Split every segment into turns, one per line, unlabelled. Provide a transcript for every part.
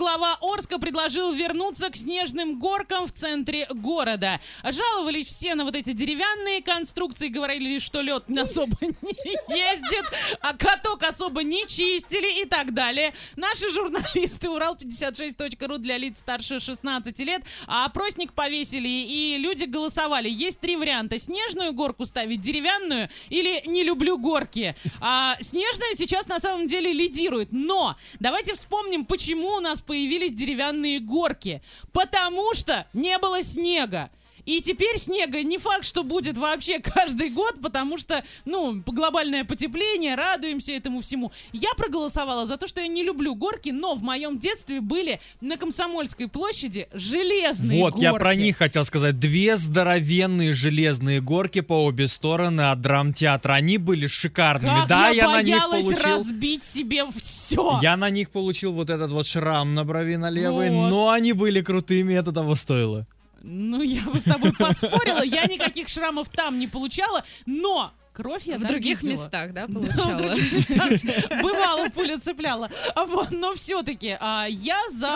глава Орска предложил вернуться к снежным горкам в центре города. Жаловались все на вот эти деревянные конструкции, говорили, что лед особо не ездит, а каток особо не чистили и так далее. Наши журналисты Урал56.ру для лиц старше 16 лет а опросник повесили, и люди голосовали. Есть три варианта. Снежную горку ставить, деревянную или не люблю горки. А снежная сейчас на самом деле лидирует. Но давайте вспомним, почему у нас появились деревянные горки. Потому что не было снега. И теперь снега не факт, что будет вообще каждый год, потому что, ну, глобальное потепление, радуемся этому всему. Я проголосовала за то, что я не люблю горки, но в моем детстве были на Комсомольской площади железные
Вот,
горки.
я про них хотел сказать. Две здоровенные железные горки по обе стороны от драмтеатра. Они были шикарными.
Как
да,
я,
я на них
боялась
получил...
разбить себе все.
Я на них получил вот этот вот шрам на брови на левой,
Вот.
но они были крутыми, это того стоило.
Ну, я бы с тобой поспорила, я никаких шрамов там не получала, но кровь я
В
там
других
видела.
местах, да,
Да, в
получала?
других местах. Бывало, пуля цепляла. А вот, но все-таки я за...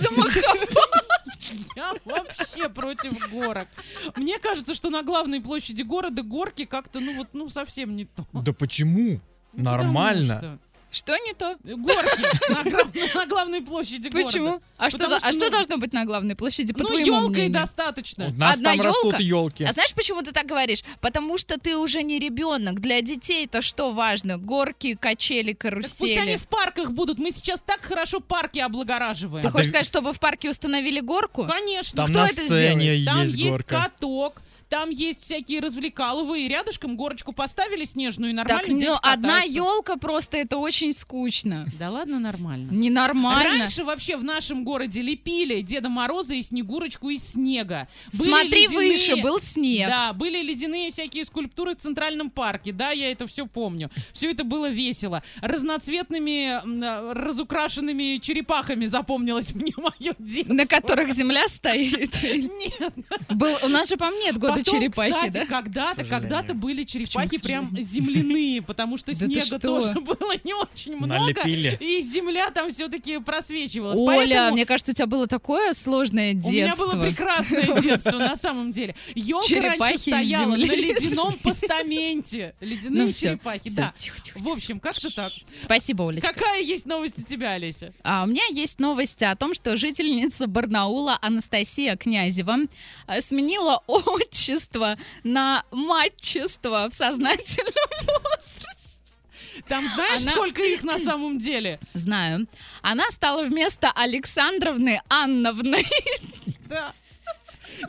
Замахал.
Я вообще против горок. Мне кажется, что на главной площади города горки как-то, ну вот, ну совсем не то.
Да почему?
Ну,
Нормально.
потому
Что не то?
что Горки на гра- на главной площади города.
Почему? А что,
Потому что,
а что
ну,
должно быть на главной площади, по
Ну,
твоему
елка и
мнению?
достаточно.
У нас
Одна
там растут елки.
А знаешь, почему ты так говоришь? Потому что ты уже не ребенок. Для детей-то что важно? Горки, качели,
Так пусть они
карусели.
в парках будут. Мы сейчас так хорошо парки облагораживаем.
Ты
А
хочешь
да-
сказать, чтобы в парке установили горку?
Конечно.
Там
кто
на
это
сцене
Там
есть горка.
каток, там есть всякие развлекаловые. Рядышком горочку поставили снежную и нормально
Так,
дети
ну, одна
катаются.
елка просто это очень скучно.
Да ладно, нормально.
Ненормально.
Раньше вообще в нашем городе лепили Деда Мороза и Снегурочку из снега. Были
Смотри
ледяные-
выше, был снег.
Да, были ледяные всякие скульптуры в Центральном парке. Да, я это все помню. Все это было весело. Разноцветными, м, э, разукрашенными черепахами запомнилось мне мое детство.
На которых земля стоит.
Нет,
Был, у нас же, по мне, года
потом,
черепахи,
кстати,
да?
когда-то,
сожалению.
когда-то были черепахи
Почему к
прям земляные, потому что
Да ты
снега
что?
тоже было не очень много,
Налепили.
и земля там все-таки просвечивалась.
Оля,
Поэтому
мне кажется, у тебя было такое сложное
У меня было
детство.
прекрасное детство, на самом деле. Елка
Черепахи
раньше
из
стояла на
земли.
ледяном постаменте. Ледяные
Ну всё,
черепахи,
всё,
да.
тихо, тихо,
В общем, как-то так.
тихо. Спасибо, Олечка.
Какая есть новость у тебя, Олеся?
А у меня есть новости о том, что жительница Барнаула Анастасия Князева э, сменила отчество на матчество в сознательном
Там знаешь,
Она-
сколько их на самом деле?
Знаю. Она стала вместо Александровны Анновной.
Да.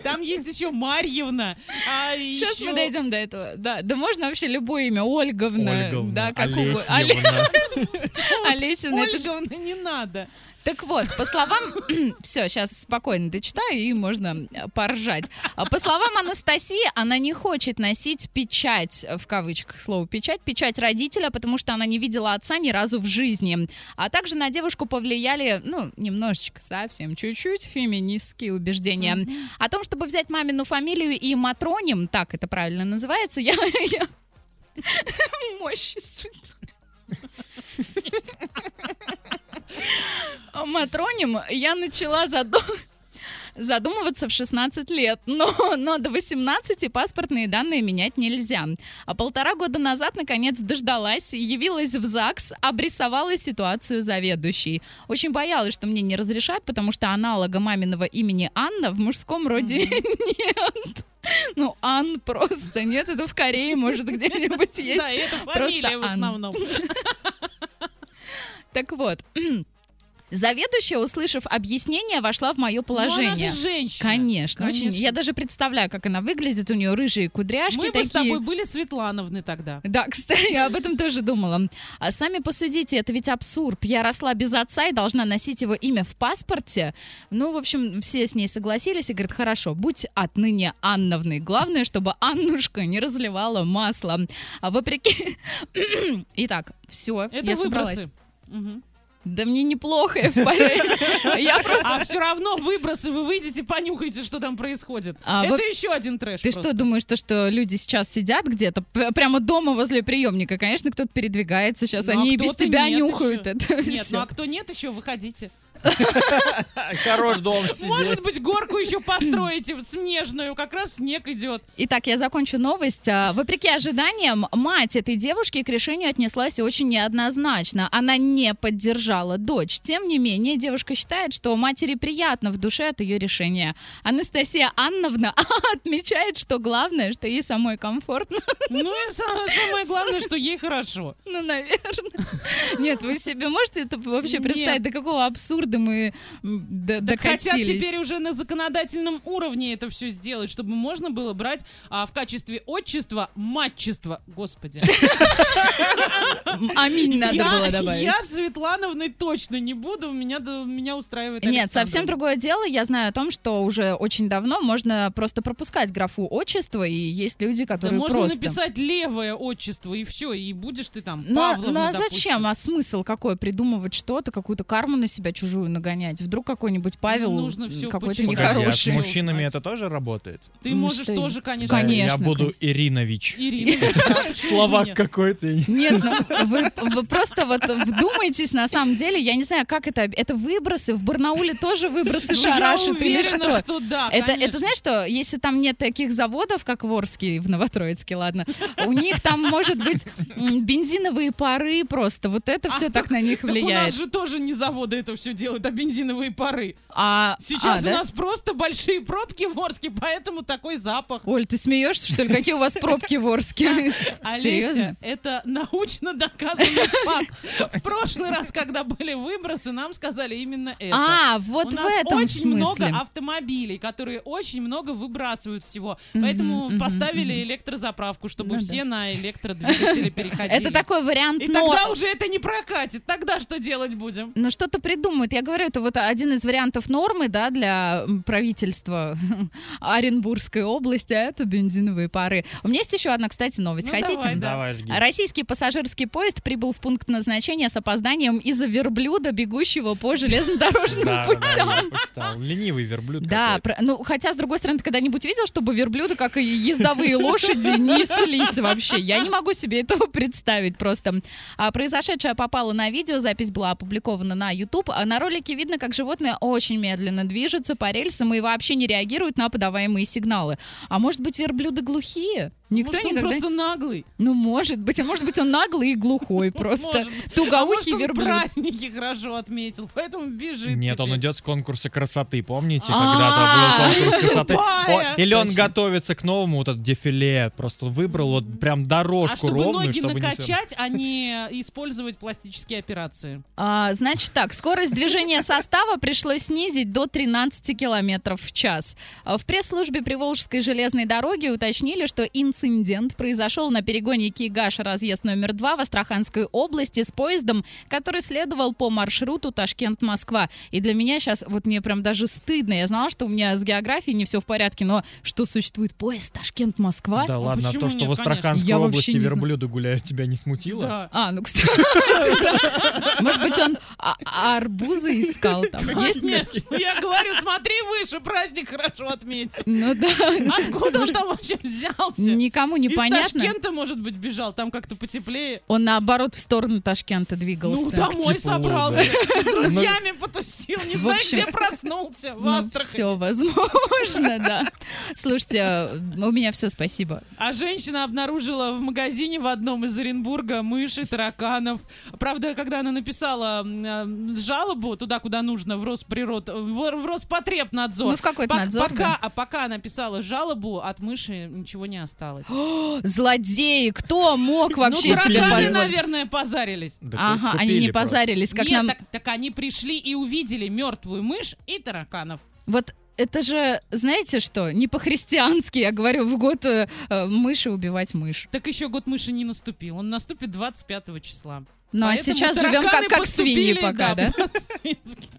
Там есть еще Марьевна. а
Сейчас
еще-
мы дойдем до этого. Да, да можно вообще любое имя. Ольговна.
Ольговна,
да, как угодно. Але-
Олесьевна.
Олесевна. это ж-
Ольговна, не надо.
Так вот, по словам... Все, сейчас спокойно дочитаю, и можно э, поржать. А По словам Анастасии, она не хочет носить печать, э, в кавычках слово печать, печать родителя, потому что она не видела отца ни разу в жизни. А также на девушку повлияли, ну, немножечко, совсем чуть-чуть, феминистские убеждения. О том, чтобы взять мамину фамилию и матроним, так это правильно называется, я... я... Мощь Матроним я начала задум- задумываться в 16 лет, но, но до 18 паспортные данные менять нельзя. А полтора года назад, наконец, дождалась, явилась в ЗАГС, обрисовала ситуацию заведующей. Очень боялась, что мне не разрешат, потому что аналога маминого имени Анна в мужском роде нет. Ну, Ан просто нет, это в Корее, может, где-нибудь есть.
Да, и это
просто
фамилия в
Анна. Ну,
основном.
Так вот, заведующая, услышав объяснение, вошла в мое
Но Ну, она
положение.
же женщина.
Конечно, очень.
Конечно.
Я даже представляю, как она выглядит. У нее рыжие кудряшки
Мы бы
такие.
с тобой были Светлановны тогда.
Да, кстати, я об этом тоже думала. А сами посудите, это ведь абсурд. Я росла без отца и должна носить его имя в паспорте. Ну, в общем, все с ней согласились и говорят, хорошо, будь отныне Анновной. Главное, чтобы Аннушка не разливала масло. А вопреки... Итак, все,
Это
я собралась.
выбросы. Мгм.
Да мне неплохо, я в порядке. Я просто...
А все равно выбросы, вы выйдете, понюхайте, что там происходит.
А
это
вот-
еще один трэш.
Ты
просто.
что думаешь, то, что люди сейчас сидят где-то п- прямо дома возле приемника? Конечно, кто-то передвигается сейчас,
Ну, а
они и без
кто-то
тебя
нет
нюхают
еще.
это
Нет,
всё.
ну а кто нет еще, выходите.
Хорош дом сидеть.
Может быть, горку еще построите снежную, как раз снег идет.
Итак, я закончу новость. А, Вопреки ожиданиям, мать этой девушки к решению отнеслась очень неоднозначно. Она не поддержала дочь. Тем не менее, девушка считает, что матери приятно в душе от ее решения. Анастасия Анновна отмечает, что главное, что ей самой комфортно.
Ну и самое, самое главное, что ей хорошо.
Ну, наверное. Нет, вы себе можете это вообще
Нет.
представить? До какого абсурда мы м, до- докатились?
Хотят теперь уже на законодательном уровне это все сделать, чтобы можно было брать а, в качестве отчества матчество. Господи.
М, Аминь надо
я,
было добавить.
я Светлановной точно не буду, меня, да, меня устраивает
Нет,
Александр.
совсем другое дело. Я знаю о том, что уже очень давно можно просто пропускать графу отчества, и есть люди,
Да
которые
можно
просто...
написать левое отчество, и все, и будешь ты там
Ну, а-
Павловна,
ну а
допустим.
зачем? А смысл какой? Придумывать что-то, какую-то карму на себя чужую нагонять? Вдруг какой-нибудь Павел
Нужно всё
какой-то
почитать.
Погоди, а с
Нехороший.
нехороший.
мужчинами это тоже работает?
Ты
Ну,
можешь
что я-
тоже, конечно.
Да, Я
Конечно,
буду Иринович.
Ирина, да, почему
Словак
нет?
какой-то.
Нет, ну, вы, вы просто вот вдумайтесь, на самом деле, я не знаю, как это... об- Это выбросы, в Барнауле тоже выбросы
Ну,
шарашат
Я
или
уверена, что, да,
Это, это
конечно.
знаешь что, если там нет таких заводов, как в Орске и в Новотроицке, ладно, у них там, может быть, м, бензиновые пары просто, вот это все
А,
так на них
Так у
влияет.
нас же тоже не заводы это все делают, а бензиновые пары.
А,
Сейчас
а,
у
да?
нас просто большие пробки в Орске, поэтому такой запах.
Оль, ты смеешься, что ли? Какие у вас пробки в Орске? Серьезно?
Олеся, это научно доказанный факт. В прошлый раз, когда были выбросы, нам сказали именно это.
А, вот
У
в
нас
этом
очень
смысле.
много автомобилей, которые очень много выбрасывают всего.
Мгм,
Поэтому
мгм,
поставили
мгм.
электрозаправку, чтобы
Ну да.
все на электродвигатели переходили.
Это такой вариант,
И
но...
тогда уже это не прокатит. Тогда что делать будем?
Ну, что-то придумают. Я говорю, это вот один из вариантов нормы, да, для м, правительства Оренбургской области, а это бензиновые пары. У меня есть еще одна, кстати, новость.
Ну,
Хотите?
давай, да.
Давай, жги.
Российский пассажирский поезд прибыл в пункт назначения с опозданием из-за верблюда, бегущего по железнодорожным
Да,
путям.
да, я почитал. Ленивый верблюд
Да,
какой-то.
про- ну хотя, с другой стороны, ты когда-нибудь видел, чтобы верблюды, как и ездовые лошади, неслись вообще? Я не могу себе этого представить просто. А, произошедшее попало на видео, запись была опубликована на YouTube. А на ролике видно, как животное очень медленно движется по рельсам и вообще не реагирует на подаваемые сигналы. А может быть, верблюды глухие? Никто
Ну, Может, он
никогда...
просто наглый.
Ну, может быть. А может быть, он наглый и глухой просто.
Может. А может,
Тугоухий
он
верблюд.
праздники хорошо отметил, поэтому бежит
Нет, он
теперь.
идет с конкурса красоты, помните,
А-а-а.
когда-то был конкурс красоты?
Тупая.
О, Или он
Точно.
готовится к новому вот этот дефиле, просто выбрал вот прям
А
дорожку
чтобы
ровную,
ноги
чтобы не... свернуть.
накачать, а не использовать пластические операции.
А, значит так, скорость движения состава пришлось снизить до 13 километров в час. А В пресс-службе Приволжской железной дороги уточнили, что инцидент произошел на перегоне Кигаша разъезд номер 2 в Астраханской области с поездом, который следовал по маршруту Ташкент-Москва. И для меня сейчас, вот мне прям даже стыдно. Я знала, что у меня с географией не все в порядке, но что существует поезд Ташкент-Москва?
Да
Ну
ладно, а
почему
то, что
нет,
в Астраханской
Я вообще
области
не знаю.
верблюды гуляют, тебя не смутило?
А, ну, кстати, да. Может быть, он а- арбузы искал там. Есть?
Конечно, я говорю, смотри выше, праздник хорошо отметил.
Ну да.
Откуда он там вообще взялся?
Никому не
Из
понятно.
Ташкента, может быть, бежал, там как-то потеплее.
Он наоборот в сторону Ташкента двигался.
Ну, домой
теплу,
собрался, с друзьями потусил, не
В
знаю,
общем,
где проснулся, в Астрахани.
все Ну, возможно, да. Слушайте, у меня все, спасибо.
А женщина обнаружила в магазине в одном из Оренбурга мыши, тараканов. Правда, когда она написала м, э, жалобу туда, куда нужно, в Росприрод, в, в Роспотребнадзор.
Ну, в какой-то
Пок-
надзор,
пока,
да.
А пока она писала жалобу, от мыши ничего не осталось.
Злодеи, кто мог вообще
ну,
себе
тараканы,
позволить?
наверное, позарились.
Да
Ага,
ку-
они
купили
не
просто.
позарились, как
Нет,
нам...
так, так они пришли и увидели мертвую мышь и тараканов.
Вот это же, знаете что, не по-христиански, я говорю, в год э, э, мыши убивать мышь.
Так еще год мыши не наступил. Он наступит 25 числа.
Ну а
Поэтому
сейчас живем как,
тараканы
как свиньи
поступили,
пока, да?
по-свински.